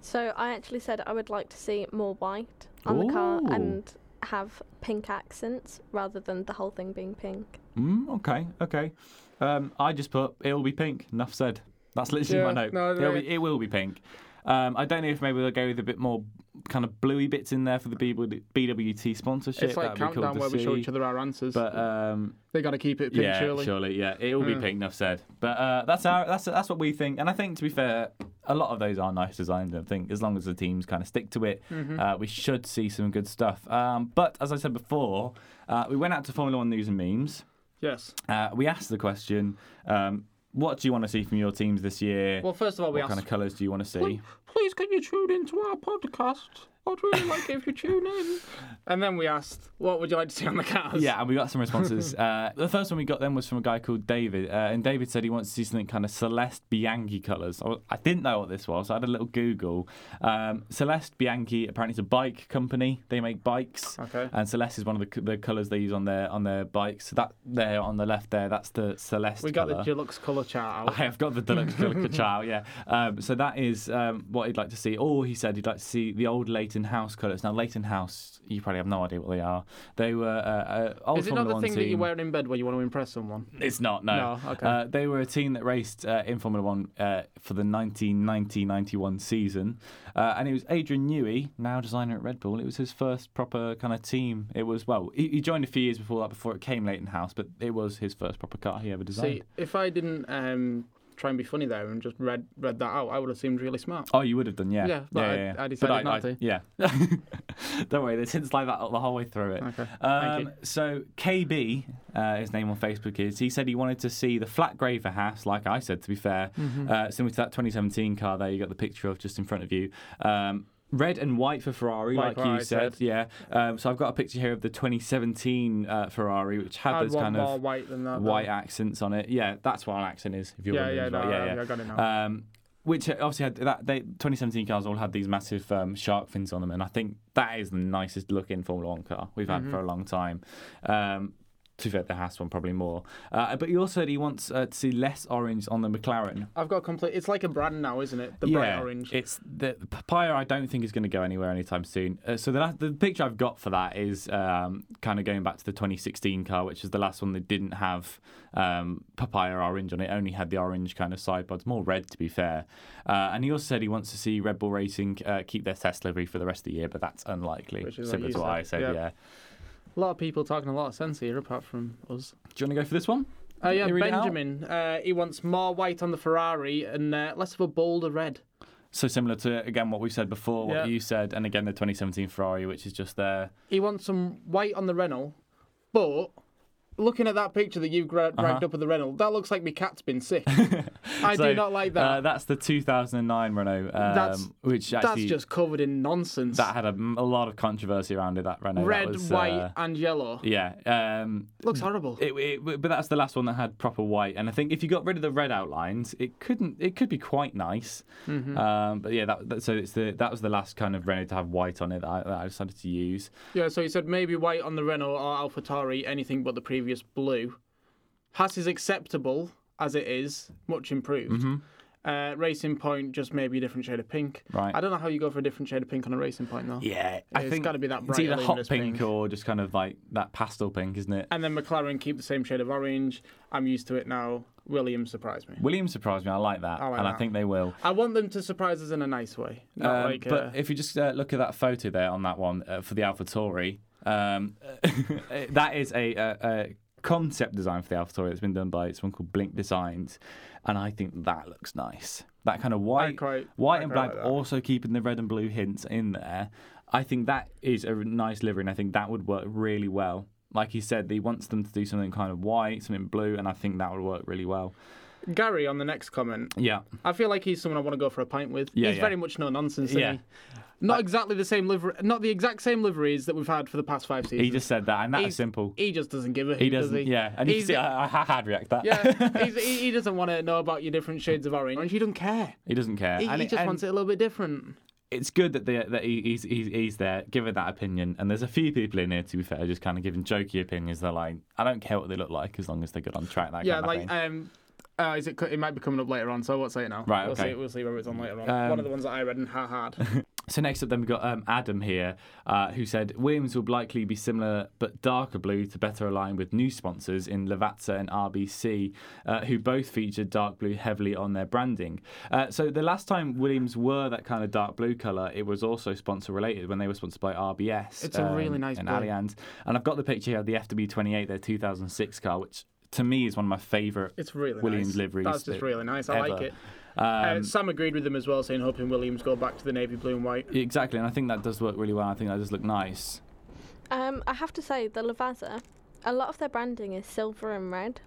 C: So I actually said I would like to see more white on the car
A: Ooh.
C: and have pink accents rather than the whole thing being pink.
A: Mm, okay, okay. Um, I just put it will be pink. Enough said. That's literally
B: Yeah,
A: my note.
B: no,
A: It'll
B: no.
A: be, it will be pink. Um, I don't know if maybe they'll go with a bit more kind of bluey bits in there for the BW BWT sponsorship.
B: it's like
A: That'd be cool
B: countdown
A: to
B: where we show
A: see.
B: each other our answers.
A: But um,
B: they got to keep it pink,
A: yeah,
B: surely.
A: yeah, it will be
B: Mm.
A: pink. Enough said. But uh, that's our that's that's what we think, and I think to be fair, a lot of those are nice designs. I think as long as the teams kind of stick to it,
B: Mm-hmm.
A: uh, we should see some good stuff. Um, but as I said before, uh, we went out to Formula One news and memes.
B: Yes.
A: Uh, we asked the question, um, what do you want to see from your teams this year?
B: Well, first of all, we
A: what
B: asked.
A: kind of colours do you want to see?
B: Please, please can you tune into our podcast? I'd really like it if you tune in. And then we asked, what would you like to see on the cars?
A: Yeah, and we got some responses. uh, the first one we got then was from a guy called David, uh, and David said he wants to see something kind of Celeste Bianchi colours. I, I didn't know what this was, so I had a little Google. Um, Celeste Bianchi apparently is a bike company. They make bikes,
B: Okay.
A: and Celeste is one of the, c- the colours they use on their on their bikes. So that there on the left there, that's the Celeste.
B: We got
A: colour.
B: the deluxe colour chart out.
A: I have got the deluxe Delica Child, yeah. Um, so that is um, what he'd like to see. Or he said he'd like to see the old Leighton House colours. Now, Leighton House, you probably have no idea what they are. They were uh, uh, old
B: Is it
A: Formula
B: not the
A: One
B: thing that you
A: team.
B: wear in bed where you want to impress someone?
A: It's not, no.
B: No, okay.
A: Uh, they were a team that raced uh, in Formula One uh, for the 1990-91 season. Uh, and it was Adrian Newey, now designer at Red Bull. It was his first proper kind of team. It was, well, he, he joined a few years before that, before it came Leighton House, but it was his first proper car he ever designed.
B: See, if I didn't um, try and be funny there and just read read that out, I would have seemed really smart.
A: Oh, you would have done, yeah.
B: Yeah, but I- I decided not to.
A: Yeah. Don't worry, they didn't slide that up the whole way through it.
B: Okay.
A: Um,
B: you.
A: so KB, uh, his name on Facebook is, he said he wanted to see the flat grey for Haas, like I said, to be fair.
B: Mm-hmm.
A: Uh, similar to that 2017 car there you got the picture of just in front of you. Um, red and white for Ferrari, like,
B: Like what
A: you
B: I
A: said.
B: said.
A: Yeah. Um, so I've got a picture here of the 2017 uh, Ferrari, which had
B: I'd
A: those
B: want
A: kind
B: more
A: of
B: white than that. though.
A: white accents on it. Yeah, that's what an accent is, if you're
B: Yeah,
A: wondering
B: yeah,
A: as
B: no,
A: well.
B: I,
A: yeah, yeah.
B: I got it now.
A: Um, which obviously had that they 2017 cars all had these massive um, shark fins on them, and I think that is the nicest looking Formula One car we've had for a long time. Um, to be fair, the Haas one probably more. Uh, but he also said he wants uh, to see less orange on the McLaren.
B: I've got complete. It's like a brand now, isn't it? The bright orange.
A: It's the the papaya. I don't think is going to go anywhere anytime soon. Uh, so the la- the picture I've got for that is um, kind of going back to the 2016 car, which is the last one that didn't have um, papaya orange on it. Only had the orange kind of side pods, more red to be fair. Uh, and he also said he wants to see Red Bull Racing uh, keep their test livery for the rest of the year, but that's unlikely.
B: Which is
A: Similar
B: what you
A: to what I said.
B: said,
A: Yeah.
B: yeah. A lot of people talking a lot of sense here, apart from us.
A: Do you want to go for this one?
B: Uh, yeah,
A: You read it out?
B: Benjamin. Uh, he wants more white on the Ferrari and uh, less of a bolder red.
A: So similar to again what we said before, what
B: Yeah.
A: you said, and again the 2017 Ferrari, which is just there.
B: He wants some white on the Renault, but looking at that picture that you've
A: Uh-huh.
B: gra- dragged up of the Renault, that looks like my cat's been sick. I
A: So,
B: do not like
A: Uh,
B: that.
A: that's the 2009 Renault, um,
B: That's-
A: which
B: That's
A: actually
B: just covered in nonsense.
A: that had a, m- a lot of controversy around it. That Renault, that
B: Red,
A: was,
B: white,
A: uh,
B: and yellow.
A: yeah. Um,
B: Looks horrible.
A: it, it, but that's the last one that had proper white, and I think if you got rid of the red outlines, it couldn't. It could be quite nice.
B: Mm-hmm.
A: Um, but yeah, that, that, so it's the that was the last kind of Renault to have white on it that I, that I decided to use.
B: yeah, so he said maybe white on the Renault or AlphaTauri, anything but the previous blue. Haas is acceptable as it is, much improved. Uh, racing Point, just maybe a different shade of pink.
A: Mm-hmm. Right.
B: I don't know how you go for a different shade of pink on a Racing Point though.
A: Yeah,
B: It's gotta be that
A: It's either
B: bright
A: hot
B: luminous
A: pink,
B: pink.
A: or just kind of like that pastel pink, isn't it?
B: And then McLaren keep the same shade of orange. I'm used to it now. Williams surprised me.
A: Williams surprised me. I like that,
B: Oh, I like
A: and I
B: that.
A: think they will.
B: I want them to surprise us in a nice way. Not
A: Um,
B: like,
A: but
B: uh,
A: if you just uh, look at that photo there on that one uh, for the AlphaTauri, um, that is a, a, a concept design for the AlphaTauri that's been done by someone called Blink Designs, and I think that looks nice. That kind of white,
B: quite-
A: white
B: I
A: and
B: quite
A: black,
B: like that.
A: also keeping the red and blue hints in there. I think that is a nice livery, and I think that would work really well. Like he said, he wants them to do something kind of white, something blue, and I think that would work really well.
B: Gary on the next comment.
A: Yeah,
B: I feel like he's someone I want to go for a pint with.
A: Yeah,
B: he's
A: yeah.
B: very much no nonsense.
A: Yeah.
B: Not exactly the same livery, not the exact same liveries that we've had for the past five seasons.
A: he just said that, and that is
B: He's-
A: simple.
B: he just doesn't give a
A: He
B: hoot, does
A: doesn't.
B: he?
A: Yeah, and you can
B: He's-
A: see I, I had react that.
B: yeah, he's, he, he doesn't want to know about your different shades of orange. He doesn't care.
A: he doesn't care.
B: He,
A: and
B: he
A: it-
B: just
A: and-
B: wants it a little bit different.
A: it's good that they, that he, he's, he's he's there giving that opinion. And there's a few people in here, to be fair, just kind of giving jokey opinions. They're like, I don't care what they look like as long as they're good on track. That
B: yeah,
A: kind of
B: like
A: thing.
B: um, uh, is it? co- It might be coming up later on, so I won't say it now.
A: Right,
B: We'll
A: okay.
B: see. We'll see whether it's on later on.
A: Um,
B: One of the ones that I read in Ha Hard.
A: So next up, then we got um, Adam here, uh, who said Williams will likely be similar but darker blue to better align with new sponsors in Lavazza and RBC, uh, who both featured dark blue heavily on their branding. Uh, so the last time Williams were that kind of dark blue color, it was also sponsor related when they were sponsored by RBS.
B: It's a really nice
A: um, and
B: blue.
A: Allianz. And I've got the picture here of the FW28, their 2006 car, which to me is one of my favorite.
B: It's really
A: Williams
B: nice.
A: liveries
B: That's just
A: that-
B: really nice. I like
A: ever.
B: it. uh,
A: Um,
B: Sam agreed with them as well, saying hoping Williams go back to the navy blue and white.
A: exactly, and I think that does work really well. I think that does look nice.
C: Um, I have to say, the Lavazza, a lot of their branding is silver and red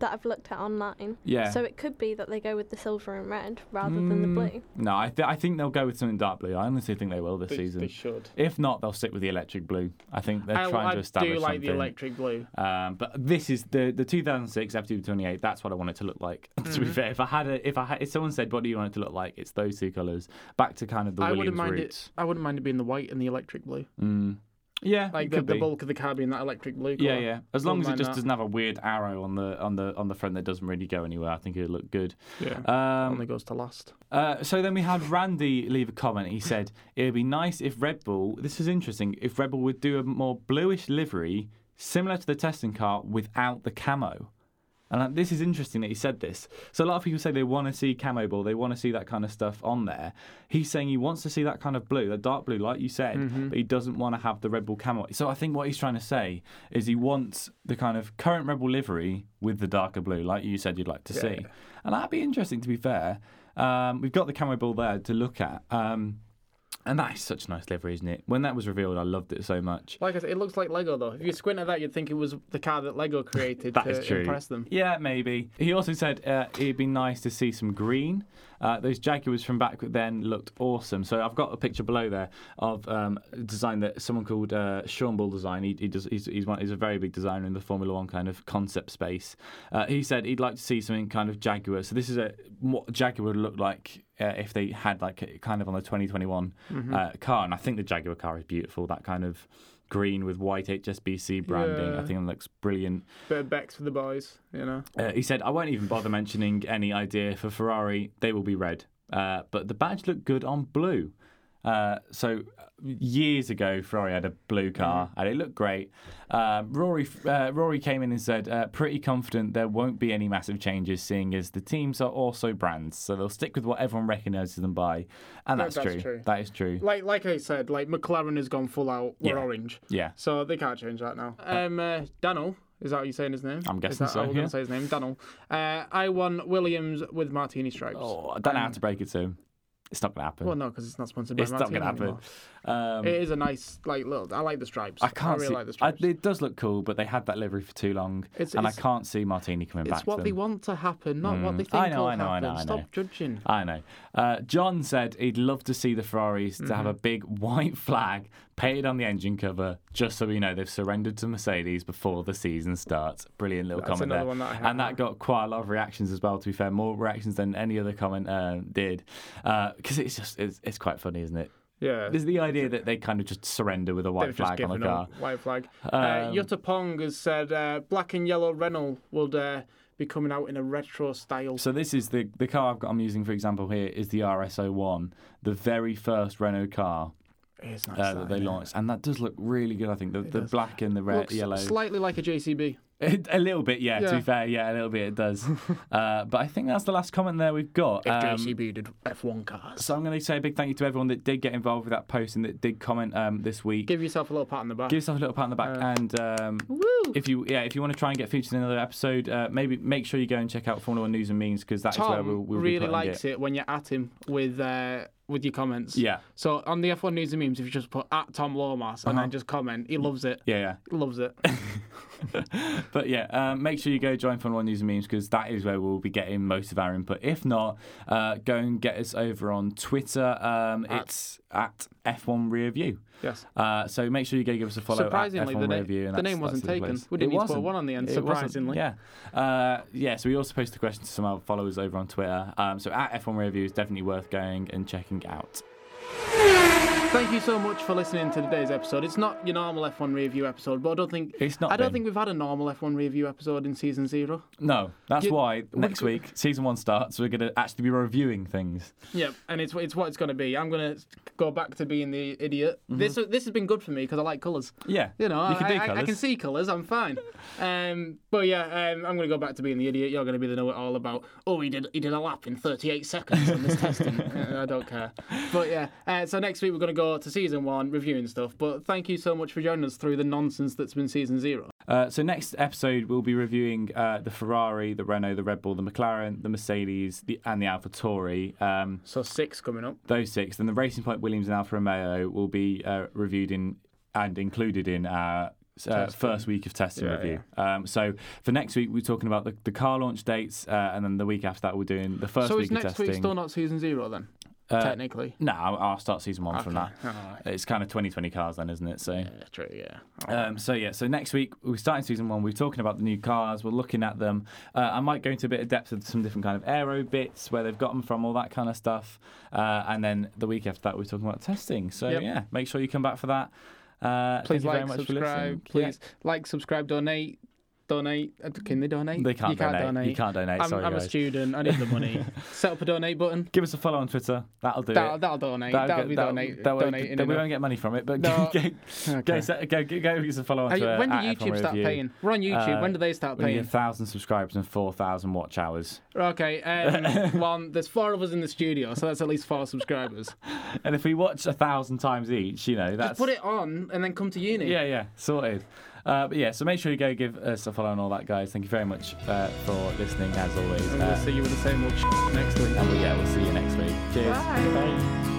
C: that I've looked at online.
A: Yeah. Hmm.
C: So it could be that they go with the silver and red rather than the
B: Mm.
C: blue.
A: No, I, th- I think they'll go with something dark blue. I honestly think they will this
B: They,
A: season.
B: they should.
A: if not, they'll stick with the electric blue. I think they're
B: I,
A: trying
B: Uh, I
A: to establish
B: do like
A: something.
B: the electric blue.
A: um, but this is the the 2006 F228. That's what I want it to look like. to
B: Mm.
A: be fair, if I had a, if I had, if someone said, "What do you want it to look like?" It's those two colours. Back to kind of the
B: I wouldn't
A: Williams
B: mind
A: roots.
B: it. I wouldn't mind it being the white and the electric blue.
A: Mm. Yeah,
B: Like
A: it
B: the,
A: could
B: the
A: be.
B: bulk of the car being that electric blue.
A: Yeah,
B: colour.
A: yeah. As long as it
B: Wouldn't
A: just
B: mind
A: doesn't have a weird arrow on the on the on the front that doesn't really go anywhere, I think it'd look good.
B: that. Yeah.
A: Um,
B: Only goes to last.
A: Uh, so then we had Randy leave a comment. He said, It would be nice if Red Bull, this is interesting, if Red Bull would do a more bluish livery similar to the testing car without the camo. And uh, this is interesting that he said this. So a lot of people say they want to see camo ball, they want to see that kind of stuff on there. He's saying he wants to see that kind of blue, that dark blue, like you said, but he doesn't want to have the Red Bull camo. So I think what he's trying to say is he wants the kind of current Red Bull livery with the darker blue, like you said you'd like to see. And that'd be interesting, to be fair. Um, we've got the camo ball there to look at. Um, and that is such a nice livery, isn't it? When that was revealed, I loved it so much.
B: Like I said, it looks like Lego though. If you squint at that, you'd think it was the car that Lego created
A: That
B: to
A: is true.
B: impress them.
A: Yeah, maybe. He also said uh, it'd be nice to see some green. Uh, those Jaguars from back then looked awesome. So I've got a picture below there of um, a design that someone called uh, Sean Bull Design. He, he does. He's he's, one, he's a very big designer in the Formula One kind of concept space. Uh, he said he'd like to see something kind of Jaguar. So this is a what Jaguar would look like uh, if they had like a- kind of on the 2021 uh, car. And I think the Jaguar car is beautiful. That kind of green with white HSBC branding. I
B: Yeah.
A: think it looks brilliant.
B: Bit of Bex for the boys, you know.
A: Uh, he said, I won't even bother mentioning any idea for Ferrari. They will be red. Uh, but the badge looked good on blue. Uh, so uh, years ago, Ferrari had a blue car
B: Mm.
A: and it looked great. Um, Rory uh, Rory came in and said, uh, pretty confident there won't be any massive changes, seeing as the teams are also brands, so they'll stick with what everyone recognises them by, and
B: That-
A: that's,
B: that's
A: true.
B: true.
A: That is true.
B: Like like I said, like McLaren has gone full out. We're
A: Yeah.
B: orange,
A: yeah,
B: so they can't change that now. Um, uh, Daniel, is that how you saying his name?
A: I'm
B: Is
A: guessing
B: that
A: so,
B: how we're
A: yeah.
B: gonna say his name? Daniel. Uh, I won Williams with martini stripes.
A: oh, I don't know how to break it to him. It's not going to happen.
B: um, Well, no, because it's not sponsored by
A: it's not
B: Martini
A: going to happen.
B: anymore.
A: Um,
B: It is a nice, like, little. I like the stripes.
A: I can't
B: really
A: see.
B: like
A: I,
B: the stripes.
A: it does look cool, but they had that livery for too long,
B: It's-
A: and
B: it's-
A: I can't see Martini coming back.
B: it's
A: to
B: what
A: them. Mm.
B: they want to happen, not what they think
A: I know,
B: will
A: I know, I
B: happen.
A: know, I know.
B: Stop judging.
A: I know. Uh, John said he'd love to see the Ferraris to
B: Mm-hmm.
A: have a big white flag painted on the engine cover, just so we know they've surrendered to Mercedes before the season starts. Brilliant little
B: That's
A: comment
B: another
A: there,
B: one that I had.
A: and that got quite a lot of reactions as well. To be fair, more reactions than any other comment uh, did, because it's just it's, it's quite funny, isn't it?
B: Yeah.
A: There's the idea that they kind of just surrender with a white
B: They've just
A: flag on the
B: given
A: car. Um,
B: up. White flag. uh, Jutta Pong has said uh, black and yellow Renault would uh, be coming out in a retro style.
A: So this is the the car I've got. I'm using for example here is the RS01, the very first Renault car
B: It's nice.
A: uh, that they
B: innit?
A: launched, and that does look really good. I think the, the
B: does.
A: black and the red,
B: Looks
A: yellow,
B: Slightly like a JCB.
A: a little bit. Yeah, to
B: Yeah.
A: be fair, yeah, a little bit it does. uh, but I think that's the last comment there we've got. Um,
B: JCB did F1 cars.
A: so I'm going to say a big thank you to everyone that did get involved with that post and that did comment um, this week.
B: Give yourself a little pat on the back.
A: Give yourself a little pat on the back, and um,
B: Woo!
A: if you yeah, if you want to try and get featured in another episode, uh, maybe make sure you go and check out Formula One News and Memes because that's where
B: Tom
A: we'll, we'll be
B: really
A: putting
B: likes it. when you're at him with uh, with your comments.
A: Yeah.
B: So on the F1 News and Memes, if you just put at Tom Lomas and
A: Uh-huh.
B: then just comment, he loves it.
A: Yeah, yeah.
B: He loves it.
A: but yeah, um, make sure you go join Fun One News and Memes because that is where we'll be getting most of our input. If not, uh, go and get us over on Twitter. Um,
B: At-
A: it's at F1 Review.
B: Yes.
A: Uh, so make sure you go give us a follow.
B: Surprisingly,
A: at F1
B: the na-
A: Review, and
B: the
A: that's-
B: name
A: that's
B: wasn't
A: the place.
B: taken. We didn't
A: It
B: need to put
A: wasn't.
B: one on the end,
A: It wasn't,
B: surprisingly.
A: Yeah. Uh, yeah. So we also posted a question to some of our followers over on Twitter. Um, so at F1 Review is definitely worth going and checking out.
B: Thank you so much for listening to today's episode. It's not your normal F1 review episode, but I don't think
A: It's not
B: I don't
A: been.
B: think we've had a normal F1 review episode in season zero.
A: No, that's
B: You-
A: why next
B: you-
A: week season one starts. We're gonna actually be reviewing things.
B: Yep, and it's it's what it's going to be. I'm going to go back to being the idiot. This this has been good for me because I like colours.
A: Yeah.
B: You know,
A: you can
B: I,
A: do
B: I- I,
A: colours.
B: can see colours. I'm fine. um, but yeah, um, I'm going to go back to being the idiot. You're going to be the know-it-all about. Oh, he did he did a lap in 38 seconds on this testing. Uh, I don't care. But yeah, uh, so next week we're going to go to season one reviewing stuff. But thank you so much for joining us through the nonsense that's been season zero.
A: Uh, so next episode, we'll be reviewing uh, the Ferrari, the Renault, the Red Bull, the McLaren, the Mercedes, the, and the Alfa Tauri. Um,
B: So six coming up.
A: those six, then the Racing Point Williams and Alfa Romeo will be uh, reviewed in and included in our. Uh,
B: Testing.
A: first week of testing
B: Yeah,
A: review. Um, so for next week, we're talking about the, the car launch dates, uh, and then the week after that, we're doing the first
B: so
A: week
B: is next
A: of testing.
B: week still not season zero then?
A: Uh,
B: technically.
A: no, I'll, I'll start season one from that.
B: Okay. Alright.
A: It's kind of 2020 cars, then, isn't it? So
B: Yeah, true. Yeah.
A: Um, so yeah, so next week we're starting season one. We're talking about the new cars. We're looking at them. Uh, I might go into a bit of depth of some different kind of aero bits, where they've got them from, all that kind of stuff. Uh, and then the week after that, we're talking about testing. So
B: Yep.
A: yeah, make sure you come back for that. Uh, thank
B: please
A: you
B: like,
A: very much for listening.
B: subscribe. Please like, subscribe, donate, donate. Uh, Can they donate?
A: Yeah. They can't,
B: you can't
A: donate.
B: donate.
A: You can't donate.
B: I'm,
A: sorry,
B: I'm a
A: guys.
B: student. I need the money. Set up a donate button.
A: Give us a follow on Twitter. That'll do
B: That'll,
A: it.
B: that'll donate.
A: That'll
B: That'll,
A: get-
B: be
A: that'll-
B: donate.
A: that won't-
B: donating
A: that we
B: enough.
A: won't get money from it, but
B: No.
A: go, go,
B: Okay.
A: set- go, go, go, give us a follow on
B: Are you-
A: Twitter.
B: when did
A: at
B: YouTube
A: F1
B: start
A: Review.
B: paying? We're on YouTube.
A: Uh,
B: when do they start
A: We need a
B: paying?
A: thousand subscribers and four thousand watch hours.
B: Okay. Um, one. There's four of us in the studio, so that's at least four subscribers.
A: And if we watch a thousand times each, you know, that's
B: Put it on and then come to uni.
A: Yeah, yeah, sorted. Uh, but yeah, so make sure you go give us a follow and all that, guys. Thank you very much uh, for listening, as always.
B: And we'll
A: Uh,
B: see you with the same old next week.
A: and we- yeah, we'll see you next week. Cheers.
B: Bye.
A: Bye.